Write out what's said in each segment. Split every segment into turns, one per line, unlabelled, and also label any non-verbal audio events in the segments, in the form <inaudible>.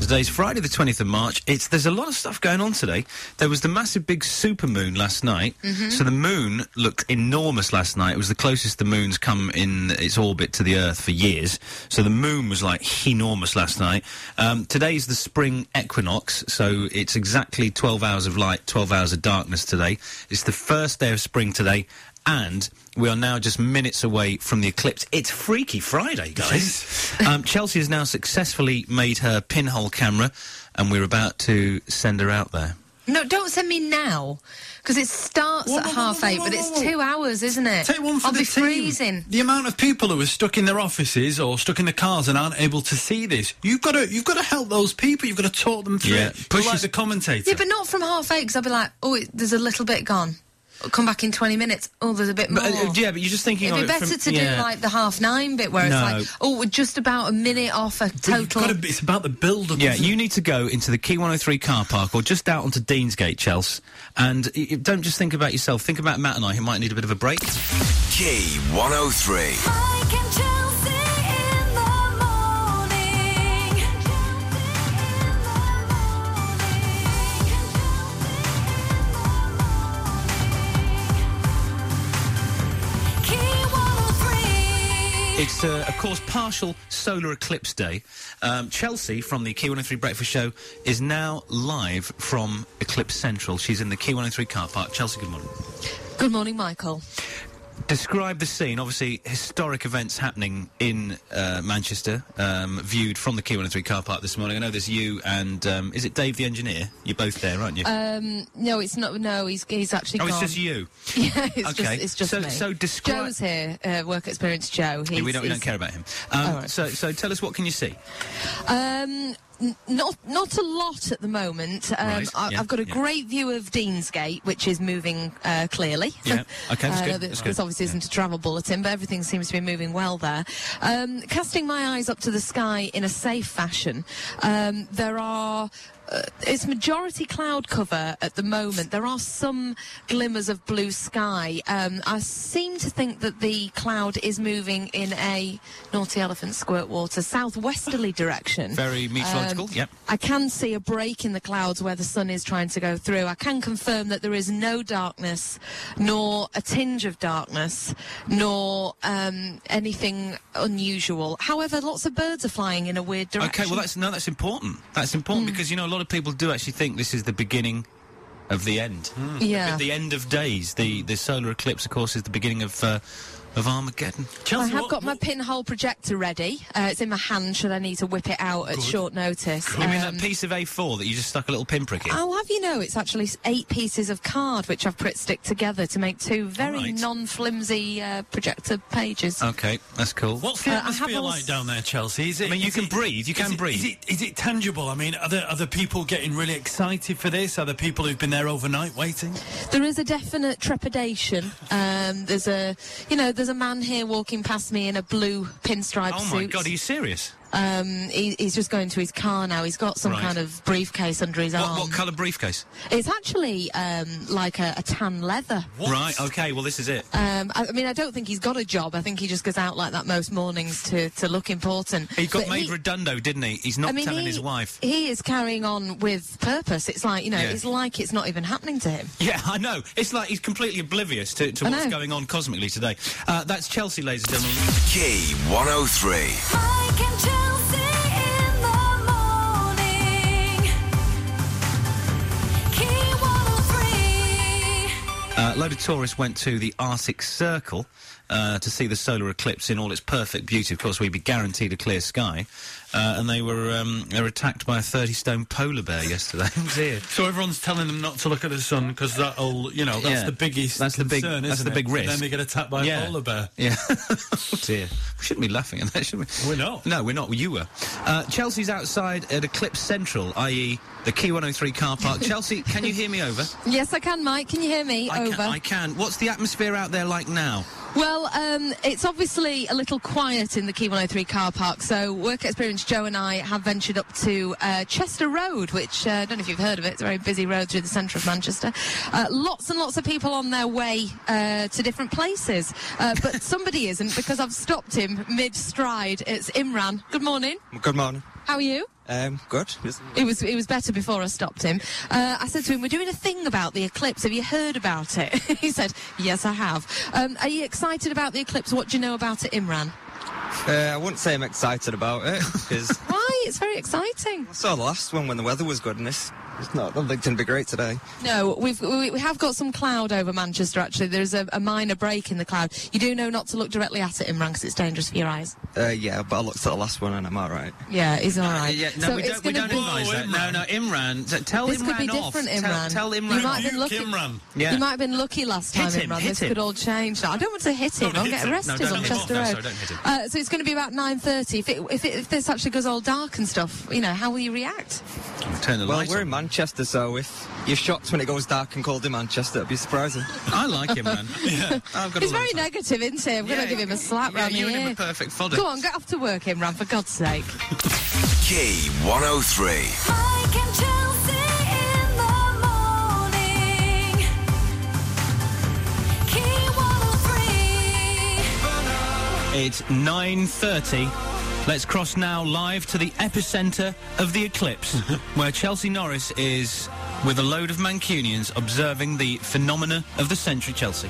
Today's Friday, the 20th of March. It's There's a lot of stuff going on today. There was the massive big supermoon last night. So the moon looked enormous last night. It was the closest the moon's come in its orbit to the Earth for years. So the moon was like enormous last night. Um, today's the spring equinox. So it's exactly 12 hours of light, 12 hours of darkness today. It's the first day of spring today. And we are now just minutes away from the eclipse. It's Freaky Friday, guys.
<laughs>
um, Chelsea has now successfully made her pinhole camera, and we're about to send her out there.
No, don't send me now because it starts
Whoa,
at
whoa, whoa,
half
whoa,
eight,
whoa,
but
whoa,
it's
whoa.
two hours, isn't it?
Take one for
I'll
the
be
team.
freezing.
The amount of people who are stuck in their offices or stuck in their cars and aren't able to see this. You've got to you've got to help those people. You've got to talk them through.
Yeah,
it. You're
push
like
us-
the commentator.
Yeah, but not from half eight because I'll be like, oh, it, there's a little bit gone. I'll come back in twenty minutes. Oh, there's a bit more.
But, uh, yeah, but you're just thinking
It'd
of
be
it
better
from-
to
yeah.
do like the half nine bit where
No.
it's like, oh, we're just about a minute off a
But you've
total.
got to- it's about the build up.
Yeah, you need to go into the Key 103 car park or just out onto Deansgate, Chelsea, and y- y- don't just think about yourself. Think about Matt and I, who might need a bit of a break.
Key 103.
Mike and Chelsea in the morning. Key 103.
It's, uh, of course, partial solar eclipse day. Um, Chelsea from the Key 103 Breakfast Show is now live from Eclipse Central. She's in the Key 103 car park. Chelsea, good morning.
Good morning, Michael.
Describe the scene. Obviously, historic events happening in uh, Manchester, um, viewed from the Key 103 car park this morning. I know there's you and um, is it Dave the engineer? You're both there, aren't you?
Uh, No, it's not. No, he's he's actually.
oh,
gone.
it's just you.
<laughs> Yeah, it's
Okay.
just it's just
So-
me.
so describe-
Joe's here. Uh, work experience, Joe. He's,
Yeah, we don't. We
he's-
don't care about him. Um,
All right.
So, so tell us what can you see?
Um, n- not not a lot at the moment. Um,
Right,
I,
yeah,
I've got a
yeah.
great view of Deansgate, which is moving uh, clearly.
<laughs> Yeah, okay, that's
Uh,
good,
th-
that's
This
good.
obviously isn't a travel bulletin, but everything seems to be moving well there. Um, casting my eyes up to the sky in a safe fashion, um, there are. Uh, it's majority cloud cover at the moment. There are some glimmers of blue sky. Um, I seem to think that the cloud is moving in a naughty elephant squirt
<laughs>
water southwesterly direction.
Very meteorological, yep.
I can see a break in the clouds where the sun is trying to go through. I can confirm that there is no darkness, nor a tinge of darkness, nor um, anything unusual. However, lots of birds are flying in a weird direction.
Okay. Well, that's no. That's important. That's important
Hmm.
because you know a lot of people do actually think this is the beginning of the end.
Hmm. yeah.
The end of days. The the solar eclipse, of course, is the beginning of uh, of Armageddon.
I
Chelsea,
have
what-
got my pinhole projector ready. Uh, it's in my hand should I need to whip it out at short notice.
You mean that
Um, Oh.
piece of A4 that you just stuck a little pinprick in?
I'll have you know it's actually s- eight pieces of card which I've put stick together to make two very
Right.
non-flimsy uh, projector pages.
Okay, that's cool.
What's the
Uh, I
atmosphere
have
like
als-
down there, Chelsea? Is it,
I mean, you
is
can
it-
breathe, you
is
can
it-
breathe.
Is it, is it tangible? I mean, are there other people getting really excited for this? Are there people who've been there overnight waiting?
There is a definite trepidation. Um, there's a, you know, there's a man here walking past me in a blue pinstripe
Oh
suit.
my god, are you serious?
um, he, he's just going to his car now. He's got some
Right.
kind of briefcase under his
What,
arm.
what colour briefcase?
It's actually um, like a, a tan leather.
Right. Okay. Well, this is it.
Um, I, I mean, I don't think he's got a job. I think he just goes out like that most mornings to, to look important.
he got
But
made redundo, didn't he? He's not
I mean,
telling
he,
his
<laughs>
wife.
He is carrying on with purpose. It's like, you know,
Yeah.
it's like it's not even happening to him.
Yeah, I know. It's like he's completely oblivious to, to
I
what's
know.
going on cosmically today. Uh, that's Chelsea, ladies and gentlemen.
Key 103.
Mike and Chelsea in the morning. Key 103.
Uh, A load of tourists went to the Arctic Circle uh, to see the solar eclipse in all its perfect beauty. Of course, we'd be guaranteed a clear sky. Uh, and they were um, they were attacked by a 30 stone polar bear yesterday. It was here.
So everyone's telling them not to look at the sun because that'll, you know, that's
Yeah.
the biggest
That's the big-
concern,
that's
isn't
the
it?
big
And
risk.
then they get attacked by
Yeah.
a polar bear.
Yeah. <laughs> oh dear. We shouldn't be laughing at that, should we?
We're not.
No, we're not. You were. Uh, Chelsea's outside at Eclipse Central, i.e., the Key 103 car park. Chelsea, can you hear me over?
Yes, I can, Mike. Can you hear me?
I
Over.
Can, I can. What's the atmosphere out there like now?
Well, um, it's obviously a little quiet in the Key 103 car park. So, work experience Joe and I have ventured up to uh, Chester Road, which uh, I don't know if you've heard of it. It's a very busy road through the centre of Manchester. Uh, lots and lots of people on their way uh, to different places, uh, but somebody isn't because I've stopped him mid stride. It's Imran. Good morning.
Good morning.
How How are you?
Um, good. Yes.
It was it was better before I stopped him. Uh, I said to him, "We're doing a thing about the eclipse. Have you heard about it?" <laughs> he said, "Yes, I have." Um, are you excited about the eclipse? What do you know about it, Imran?
Uh, I wouldn't say I'm excited about it because
<laughs> Why? It's very exciting.
I saw the last one when the weather was good, and this it's not. I don't think it's gonna be great today.
No, we've we, we have got some cloud over Manchester. Actually, there's a, a minor break in the cloud. You do know not to look directly at it, Imran, because it's dangerous for your eyes.
Uh, yeah, but I looked at the last one and I'm all right.
Yeah, he's all right.
yeah, no,
So
we
it's
don't, we
gonna
don't
be-
advise that. No, no, Imran, t- tell
Oh, This
Imran
could be
off.
different,
Tell-
Imran.
Tell, Imran
You might
off.
have been lucky.
Imran.
Yeah.
You might have been lucky last
Hit
time,
him,
Imran.
hit
this
him.
could all change. I don't want to hit him.
Don't
I'll
hit
get
him. No,
arrested
don't
on
hit him.
Chester
No,
Road.
sorry, don't hit him.
Uh, so it's going to be about nine thirty. If, it, if, it, if this actually goes all dark and stuff, you know, how will you react?
Turn the
Well,
light
we're
on.
in Manchester, so if you're shocked when it goes dark and cold in Manchester, it'd be surprising.
I like
<laughs>
Imran. yeah. I've got
He's
a lot
very
of time.
negative, isn't he? I'm going
Yeah,
to give him a slap
yeah,
round
you
the
and him
ear.
are perfect fodder.
Go on, get off to work, Imran, for God's sake.
K103.
Mike and Chelsea in the morning. Key 103.
It's 9.30. Let's cross now live to the epicentre of
<laughs>
the eclipse, where Chelsea Norris is with a load of Mancunians observing the phenomena of the century, Chelsea.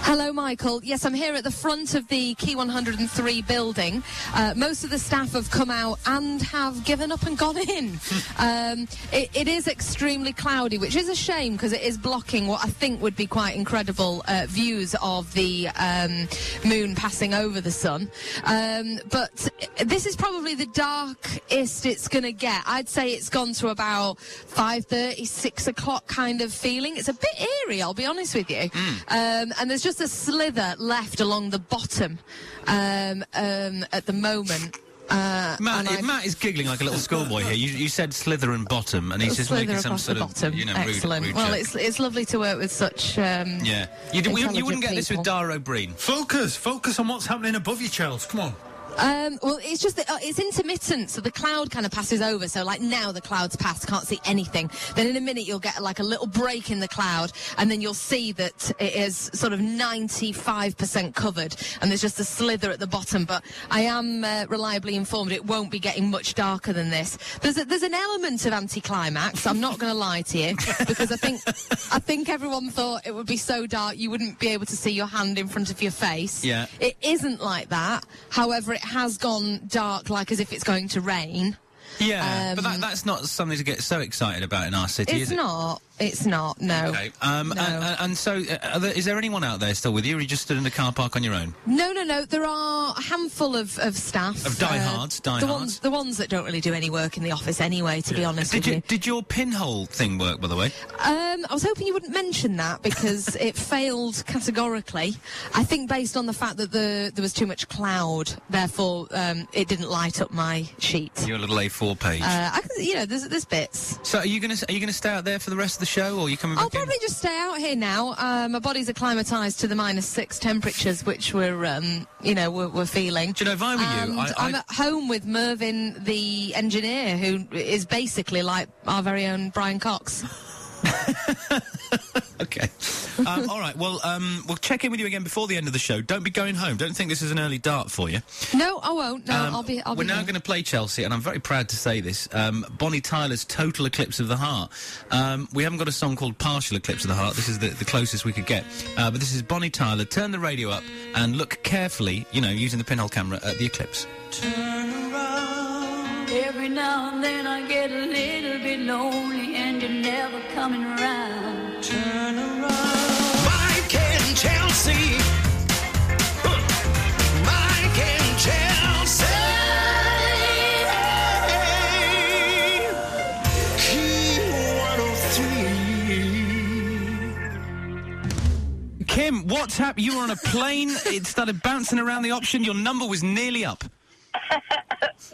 Hello, Michael. Yes, I'm here at the front of the Key 103 building. Uh, most of the staff have come out and have given up and gone in. um, it, it is extremely cloudy, which is a shame because it is blocking what I think would be quite incredible uh, views of the um, moon passing over the sun. Um, but this is probably the darkest it's going to get. I'd say it's gone to about 5.30, 6 o'clock kind of feeling. It's a bit eerie, I'll be honest with you.
Hmm.
Um, and there's just a slither left along the bottom um, um, at the moment. Uh, and
Matt,
I've-
Matt is giggling like a little schoolboy here. You, you said slither and bottom, and he's just
slither
making some
across
sort
the
of
bottom.
you know rude-
Excellent.
rude
well,
joke.
it's it's lovely to work with such. Um,
yeah. You, d- you wouldn't
intelligent
get this with
people.
Dara O'Breen.
Focus, focus on what's happening above you, Charles. Come on.
Um, well, it's just that, uh, it's intermittent, so the cloud kind of passes over. So like now the clouds pass, can't see anything. Then in a minute you'll get like a little break in the cloud, and then you'll see that it is sort of 95% covered, and there's just a slither at the bottom. But I am uh, reliably informed it won't be getting much darker than this. There's a, there's an element of anticlimax. I'm not going to lie to you because I think I think everyone thought it would be so dark you wouldn't be able to see your hand in front of your face.
Yeah.
It isn't like that. However, it has gone dark, like as if it's going to rain.
Yeah, but that,
Um,
that's not something to get so excited about in our city,
It's
is it?
not. It's not. No.
Okay. Um,
Oh, No.
and, and- and so, uh, are there, is there anyone out there still with you, or you just stood in the car park on your own?
No, no, no. There are a handful of, of staff. uh,
Of diehards,
The
diehards.
ones, the ones that don't really do any work in the office anyway, to be honest
Did
with you.
you, did your pinhole thing work, by the way?
Um, I was hoping you wouldn't mention
<laughs>
that because it failed categorically. I think based on the fact that the, there was too much cloud, therefore um, it didn't light up my sheet.
Your little A4 page.
Uh, I, can- you know, there's, there's bits.
so, are you gonna s- are you gonna stay out there for the rest of the show, or are you coming
I'll
back? in?
probably just stay out here now. Uh, my body's acclimatised to the minus six temperatures, which we're, um, you know, we're, we're feeling.
Do you know, if I were you,
and um,
I-
am
I-
at home with Mervyn, the engineer, who is basically like our very own Brian Cox. uh,
Okay.
<laughs>
Um, all right. Well, um, we'll check in with you again before the end of the show. Don't be going home. Don't think this is an early dart for you.
No, I won't. No,
Um,
I'll be. I'll
we're
be
now
here.
going to play Chelsea, and I'm very proud to say this. Um, Bonnie Tyler's Total Eclipse of the Heart. Um, we haven't got a song called Partial Eclipse of the Heart. This is the, the closest we could get. Uh, but this is Bonnie Tyler. Turn the radio up and look carefully, you know, using the pinhole camera at the eclipse.
Every now and then I get a little bit lonely and you're never coming around.
Mike and Chelsea. Mike and Chelsea. K103.
Kim, what's happened? You were on a plane.
<laughs>
it started bouncing around the option. Your number was nearly up.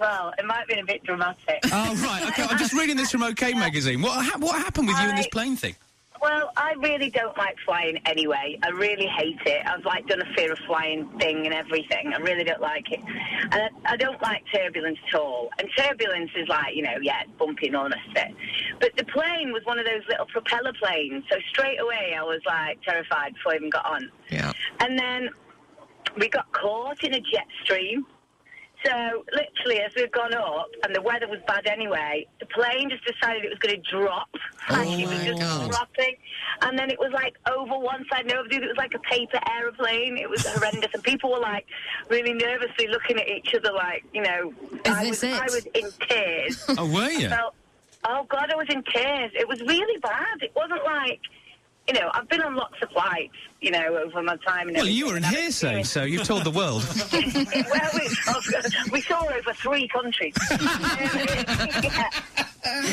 Well, it might have been a bit dramatic.
Oh, right. Okay, I'm just reading this from OK Magazine. What, ha- what happened with you and this
I-
plane thing?
well, I really don't like flying anyway. I really hate it. I've like done a fear of flying thing and everything. I really don't like it, and I, I don't like turbulence at all. And turbulence is like you know, yeah, it's bumpy and all that stuff. But the plane was one of those little propeller planes, so straight away I was like terrified before I even got on.
Yeah.
And then we got caught in a jet stream. So literally, as we've gone up, and the weather was bad anyway, the plane just decided it was going to drop. Like, it was
Oh my
just
God.
dropping, and then it was like over one side and over the other. It was like a paper aeroplane. It was horrendous, and people were like really nervously looking at each other, like you know, I
this
was I
it?
was in tears.
Oh, were
<laughs>
you?
felt, oh God, I was in tears. It was really bad. It wasn't like, you know, I've been on lots of flights, you know, over my time. And
Well, you
everything,
were in
and I've
hearsay,
experienced-
so you've told the <laughs> world.
well, we, oh, we saw over
<laughs>
three countries. Yeah.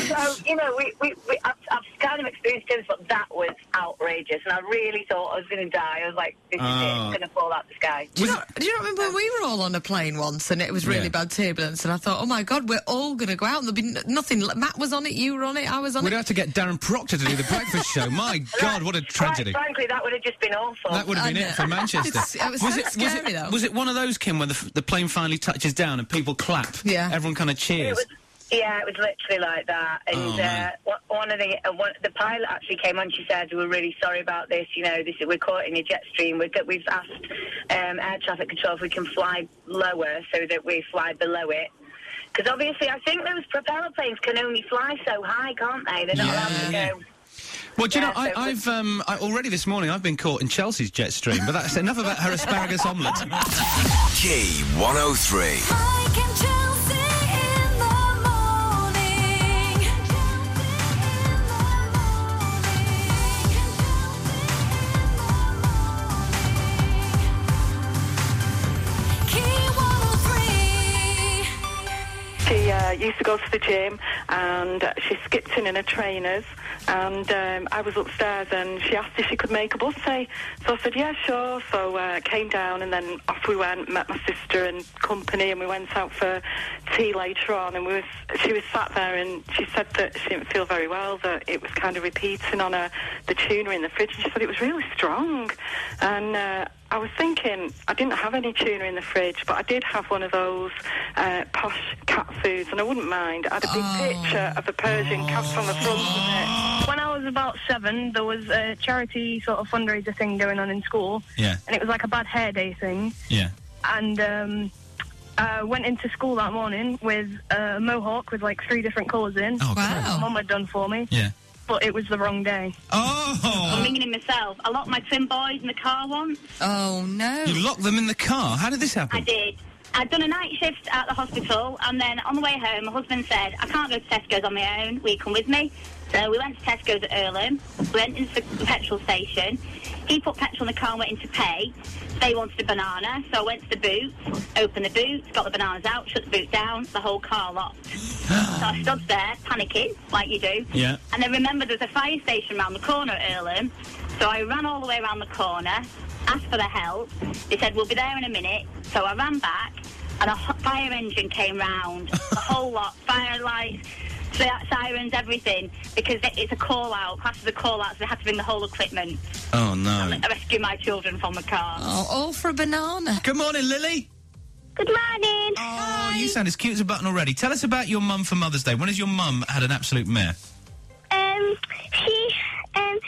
So, you know, we, we, we, I've, I've kind of experienced things, but that was outrageous. And I really thought I was going to die. I was like, this is it.
Ah.
It's going to fall out the sky.
Do you, not, do you not remember when we were all on a plane once and it was really
Yeah.
bad turbulence and I thought, oh my God, we're all going to go out and there'll be n- nothing. le- Matt was on it, you were on it, I was on
We'd
it.
have to get Darren Proctor to do the breakfast show.
<laughs>
My God, what a tragedy.
Quite frankly, that would have just been awful.
That would have been
I
it
know. <laughs>
for Manchester.
It's- it was so scary,
was it,
though.
was it one of those, Kim, where the, f- the plane finally touches down and people clap?
Yeah.
Everyone kind of
It
cheers.
was, yeah, it was literally like that. And
Oh,
uh,
man.
one- one of the uh, one, the pilot actually came on. She said, "We're really sorry about this. You know, this we're caught in a jet stream. We're, we've asked um, air traffic control if we can fly lower so that we fly below it." Because obviously, I think those propeller planes can only fly so high, can't they? They're not allowed to go.
well, do you
yeah,
know, I,
so it
I've
was-
um, I, already this morning I've been caught in Chelsea's jet stream, but that's enough about her asparagus omelette.
Key 103.
Mike and Chelsea in the morning. Key 103.
She uh, used to go to the gym and uh, she skipped in in her trainers. And um, I was upstairs and she asked if she could make a bus day. So I said, yeah, sure. So uh, came down and then off we went, met my sister and company and we went out for tea later on. And we was, she was sat there and she said that she didn't feel very well, that it was kind of repeating on her, the tuner in the fridge. And she said it was really strong. And uh, I was thinking I didn't have any tuna in the fridge, but I did have one of those uh, posh cat foods, and I wouldn't mind. I had a big
Oh.
picture of a Persian cat on the front of it.
When I was about seven, there was a charity sort of fundraiser thing going on in school,
<laughs> yeah,
and it was like a bad hair day thing.
yeah.
and um, uh, went into school that morning with a mohawk with like three different colours in.
Oh,
Wow.
<gasps> Mum had done for me,
Yeah.
but it was the wrong day.
Oh!
Meaning myself, I locked my twin boys in the car once.
Oh no.
You locked them in the car. How did this happen?
I did. I'd done a night shift at the hospital, and then on the way home, my husband said, I can't go to Tesco's on my own, will you come with me? So we went to Tesco's at Earlham, we went into the petrol station. He put petrol in the car and went in to pay. They wanted a banana, so I went to the boot, opened the boot, got the bananas out, shut the boot down, the whole car locked. so I stood there, panicking, like you do.
Yeah.
And then remembered there's a fire station round the corner at Earlham, so I ran all the way around the corner, asked for the help. They said, we'll be there in a minute. So I ran back, and a ho- fire engine came round, the whole lot, fire lights, si- sirens, everything, because it- it's a call out, class is a call out, so they had to bring the whole equipment.
Oh, no.
I rescued my children from the car.
Oh, all for a banana.
Good morning, Lily.
Good morning.
Oh, you sound as cute as a button already. Tell us about your mum for Mother's Day. When has your mum had an absolute mare?
Um, she, um,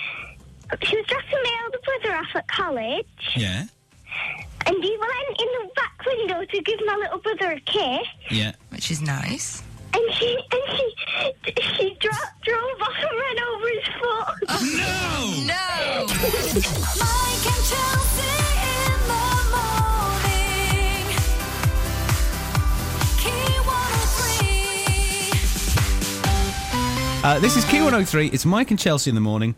she was dropping my older brother off at college,
Yeah.
and he went in the back window to give my little brother a kiss.
Yeah.
Which is nice.
And she and she she dropped, drove off and ran over his foot.
No!
No.
Mike and Chelsea in the morning. Key 103.
Uh, this is Q103. It's Mike and Chelsea in the morning.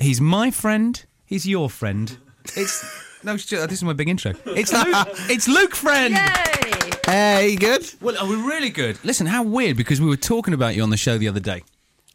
He's my friend. He's your friend. It's. No, it's ju- this is my big intro. It's Luke.
<laughs>
it's Luke, friend.
Yay.
Hey, you good?
Well, are we really good? Listen, how weird because we were talking about you on the show the other day.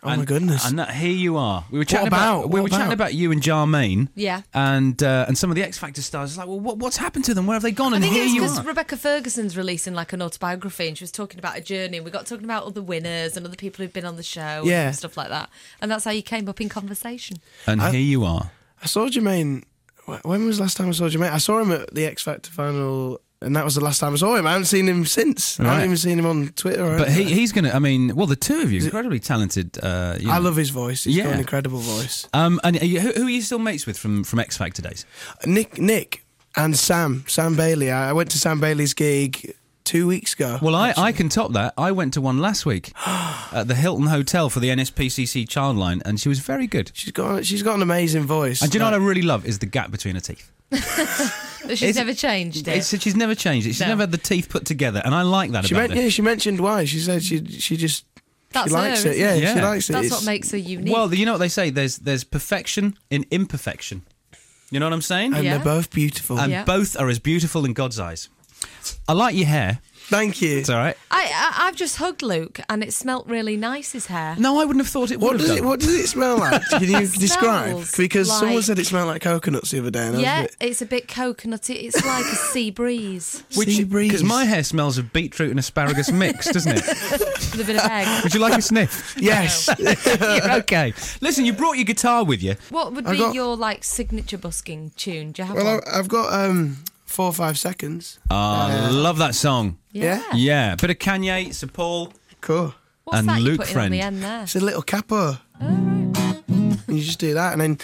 Oh my goodness.
And that, here you are. We were chatting
about?
we
What
were chatting
about?
about you and Jarmaine.
Yeah.
And uh, and some of the X Factor stars. It's like, well, what, what's happened to them? Where have they gone?
I
And
think
here
it was
you
because
are.
Rebecca Ferguson's releasing like an autobiography and she was talking about a journey and we got talking about other winners and other people who've been on the show
Yeah.
and stuff like that. And that's how you came up in conversation.
and here you are.
I saw Jermaine. wh- When was the last time I saw Jermaine? I saw him at the X Factor final, and that was the last time I saw him. I haven't seen him since. I
Right.
haven't even seen him on Twitter. Or
But he,
anything.
he's going to, I mean, well, the two of you, incredibly talented. Uh, you
I
know.
love his voice. He's
Yeah.
got an incredible voice.
Um, and are you, who, who are you still mates with from, from X Factor days?
Nick, Nick, and Sam, Sam Bailey. I, I went to Sam Bailey's gig two weeks ago.
Well, I, I can top that. I went to one last
<gasps>
week at the Hilton Hotel for the NSPCC Child Line, and she was very good.
She's got she's got an amazing voice.
And do you know what I really love is the gap between her teeth.
But she's
It's-
never changed it.
It's, she's never changed it. She's
No.
never had the teeth put together, and I like that
She,
about
meant,
her.
yeah, she mentioned why. She said she she just
That's
she
her,
likes it.
isn't
Yeah,
it?
she
Yeah.
likes it.
That's
It's-
what makes her unique.
Well, you know what they say. There's there's perfection in imperfection. You know what I'm saying?
and
Yeah.
they're both beautiful.
and
Yeah.
both are as beautiful in God's eyes. I like your hair.
Thank you.
It's all right.
I, I I've just hugged Luke, and it smelt really nice. His hair.
No, I wouldn't have thought it would
What
have
does it
done.
What does it smell like? Can
<laughs>
you
It
describe?
smells
Because someone
like-
said it smelled like coconuts the other day. And I
Yeah,
was a bit,
it's a bit coconutty. It's like a sea
<laughs>
breeze
sea breeze.
Because my hair smells of beetroot and asparagus mixed, doesn't
<laughs>
it?
with a bit of egg.
Would you like a sniff?
yes,
<laughs> Yeah, okay. Listen, you brought your guitar with you.
What would
I
be
got-
your like signature busking tune? Do you have
Well,
one?
I, I've got um, four or five seconds.
I love that song.
yeah.
Yeah, bit of Kanye, Sir Paul.
Cool.
What's
And
that you
Luke
put in on
Friend.
the end there?
It's a little capo. And you just do that, and then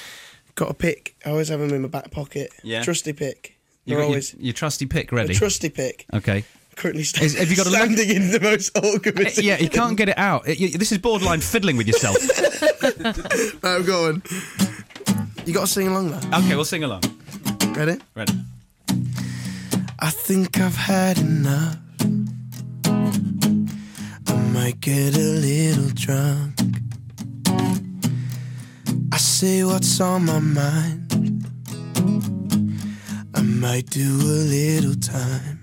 got a pick. I always have them in my back pocket.
Yeah.
Trusty pick.
You
They're
got
always
your, your trusty pick
a
ready.
trusty pick.
okay.
Currently sta-
Is- have you got a
standing in the most awkward position.
<laughs> Yeah, you can't get it out. It- you- this is borderline fiddling with yourself.
I'm going. <laughs> You got to sing along there.
<laughs> Okay, we'll sing along.
Ready?
Ready?
I think I've had enough. I might get a little drunk. I say what's on my mind. I might do a little time.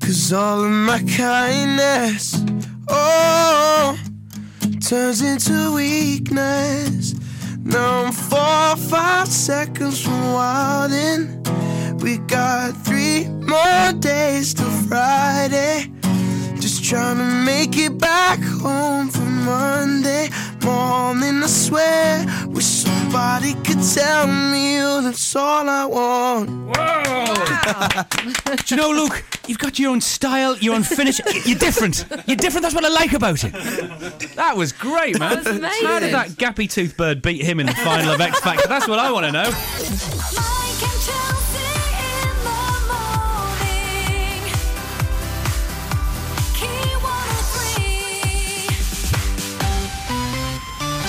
Cause all of my kindness, oh, turns into weakness. Now I'm four or five seconds from wildin'. We got three more days till Friday. Just trying to make it back home for Monday morning. I swear, wish somebody could tell me oh, that's all I want.
Do you know, Luke? You've got your own style, your own <laughs> finish. You're different. You're different. That's what I like about it. That was great, man.
That was
How did
amazing.
that gappy tooth bird beat him in the final of X Factor? That's what I want to
Mike
know.
and Chelsea in the morning. Key 103.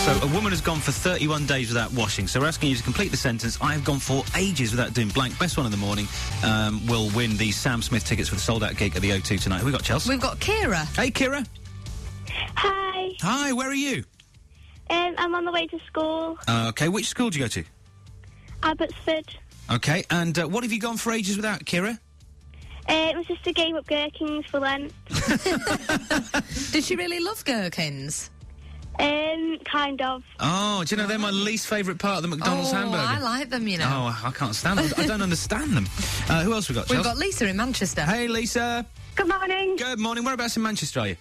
So, a woman has gone for 31 days without washing. So, we're asking you to complete the sentence. I have gone for ages without doing blank. Best one in the morning um, will win the Sam Smith tickets for the sold out gig at the O2 tonight. Who we got, Chelsea?
We've got Kira.
Hey, Kira.
Hi,
Hi, where are you?
um, I'm on the way to school,
Uh, okay, which school do you go to?
Abbotsford.
Okay, and uh, what have you gone for ages without, Kira?
Uh, it was just a game of gherkins for Lent.
Did she really love gherkins?
Um, kind of.
Oh, do you know they're my least favourite part of the McDonald's
oh,
hamburger?
I like them, you know.
Oh, I can't stand them. I don't understand them. Uh, who else we got?
We've
Chels?
got Lisa in Manchester.
Hey, Lisa.
Good morning.
Good morning. Whereabouts in Manchester are you?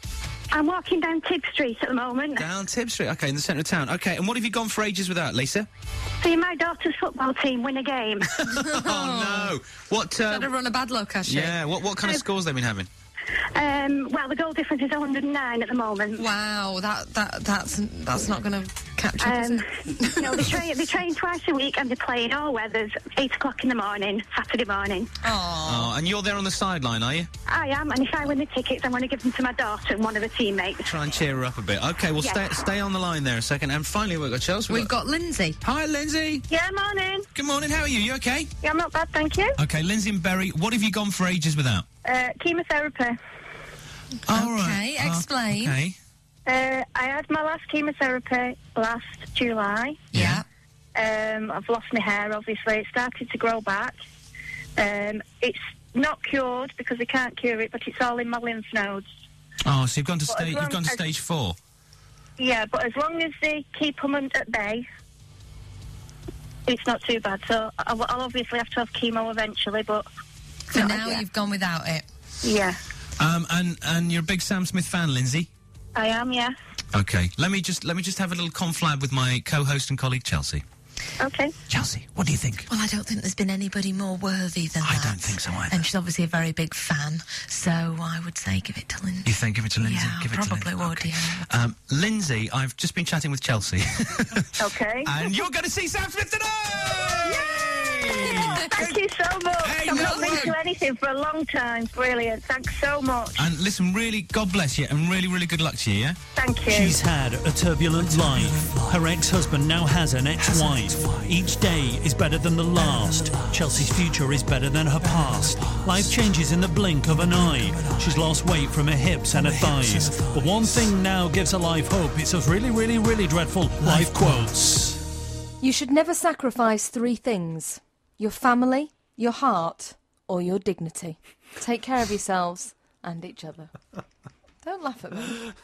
I'm walking down Tib Street at the moment.
Down Tib Street. Okay, in the centre of town. Okay, and what have you gone for ages without, Lisa?
See my daughter's football team win a
<laughs>
game.
Oh, no. What?
Had a
Uh,
run of bad luck, has she?
yeah. What? What kind of scores they've been having?
um, well, the goal difference is 109 at the moment.
Wow, that that that's that's not going to catch up, is
Um,
it?
no, they train, they train twice a week and they play in all weathers, 8 o'clock in the morning, Saturday morning.
Aw.
Oh, and you're there on the sideline, are you?
I am, and if I win the tickets, I'm going to give them to my daughter and one of her teammates.
Try and cheer her up a bit. Okay, well,
Yeah.
stay stay on the line there a second. And finally, we've got Chelsea.
We've got Lindsay.
Hi, Lindsay.
Yeah, morning.
Good morning. How are you? You okay?
Yeah, I'm not bad, thank you.
Okay, Lindsay and Berry. What have you gone for ages without?
Uh, chemotherapy.
All
Okay,
Uh,
explain.
okay.
Uh, I had my last chemotherapy last July.
Yeah.
Um, I've lost my hair, obviously. It started to grow back. Um, it's not cured because they can't cure it, but it's all in my lymph nodes.
Oh, so you've gone to
Well, as
stage. You've
long
gone to
as-
stage four.
Yeah, but as long as they keep them at bay, it's not too bad. So I- I'll, I'll obviously have to have chemo eventually, but
For
No
now,
idea.
you've gone without it.
yeah,
Um, and and you're a big Sam Smith fan, Lindsay.
I am, yeah.
Okay. Let me just let me just have a little conflab with my co-host and colleague Chelsea.
Okay.
Chelsea, what do you think?
Well, I don't think there's been anybody more worthy than
I
that.
don't think so either.
And she's obviously a very big fan, so I would say give it to Lindsay.
You think give it to Lindsay?
Yeah,
give it
probably
to Lindsay.
would,
Okay.
yeah.
Um, Lindsay, I've
<laughs>
just been chatting with Chelsea,
Uh,
Okay.
and you're going to see Sam Smith today.
Thank you so much. I've
no
not been
worries.
to anything for a long time. Brilliant. Thanks so much.
And listen, really, God bless you, and really, really good luck to you. Yeah.
Thank you.
She's had a turbulent life. Her ex husband now has an ex wife. Each day is better than the last. Chelsea's future is better than her past. Life changes in the blink of an eye. She's lost weight from her hips and her thighs. But one thing now gives her life hope it's those really, really, really dreadful life quotes.
You should never sacrifice three things your family, your heart, or your dignity. Take care of yourselves and each other. Don't laugh at me.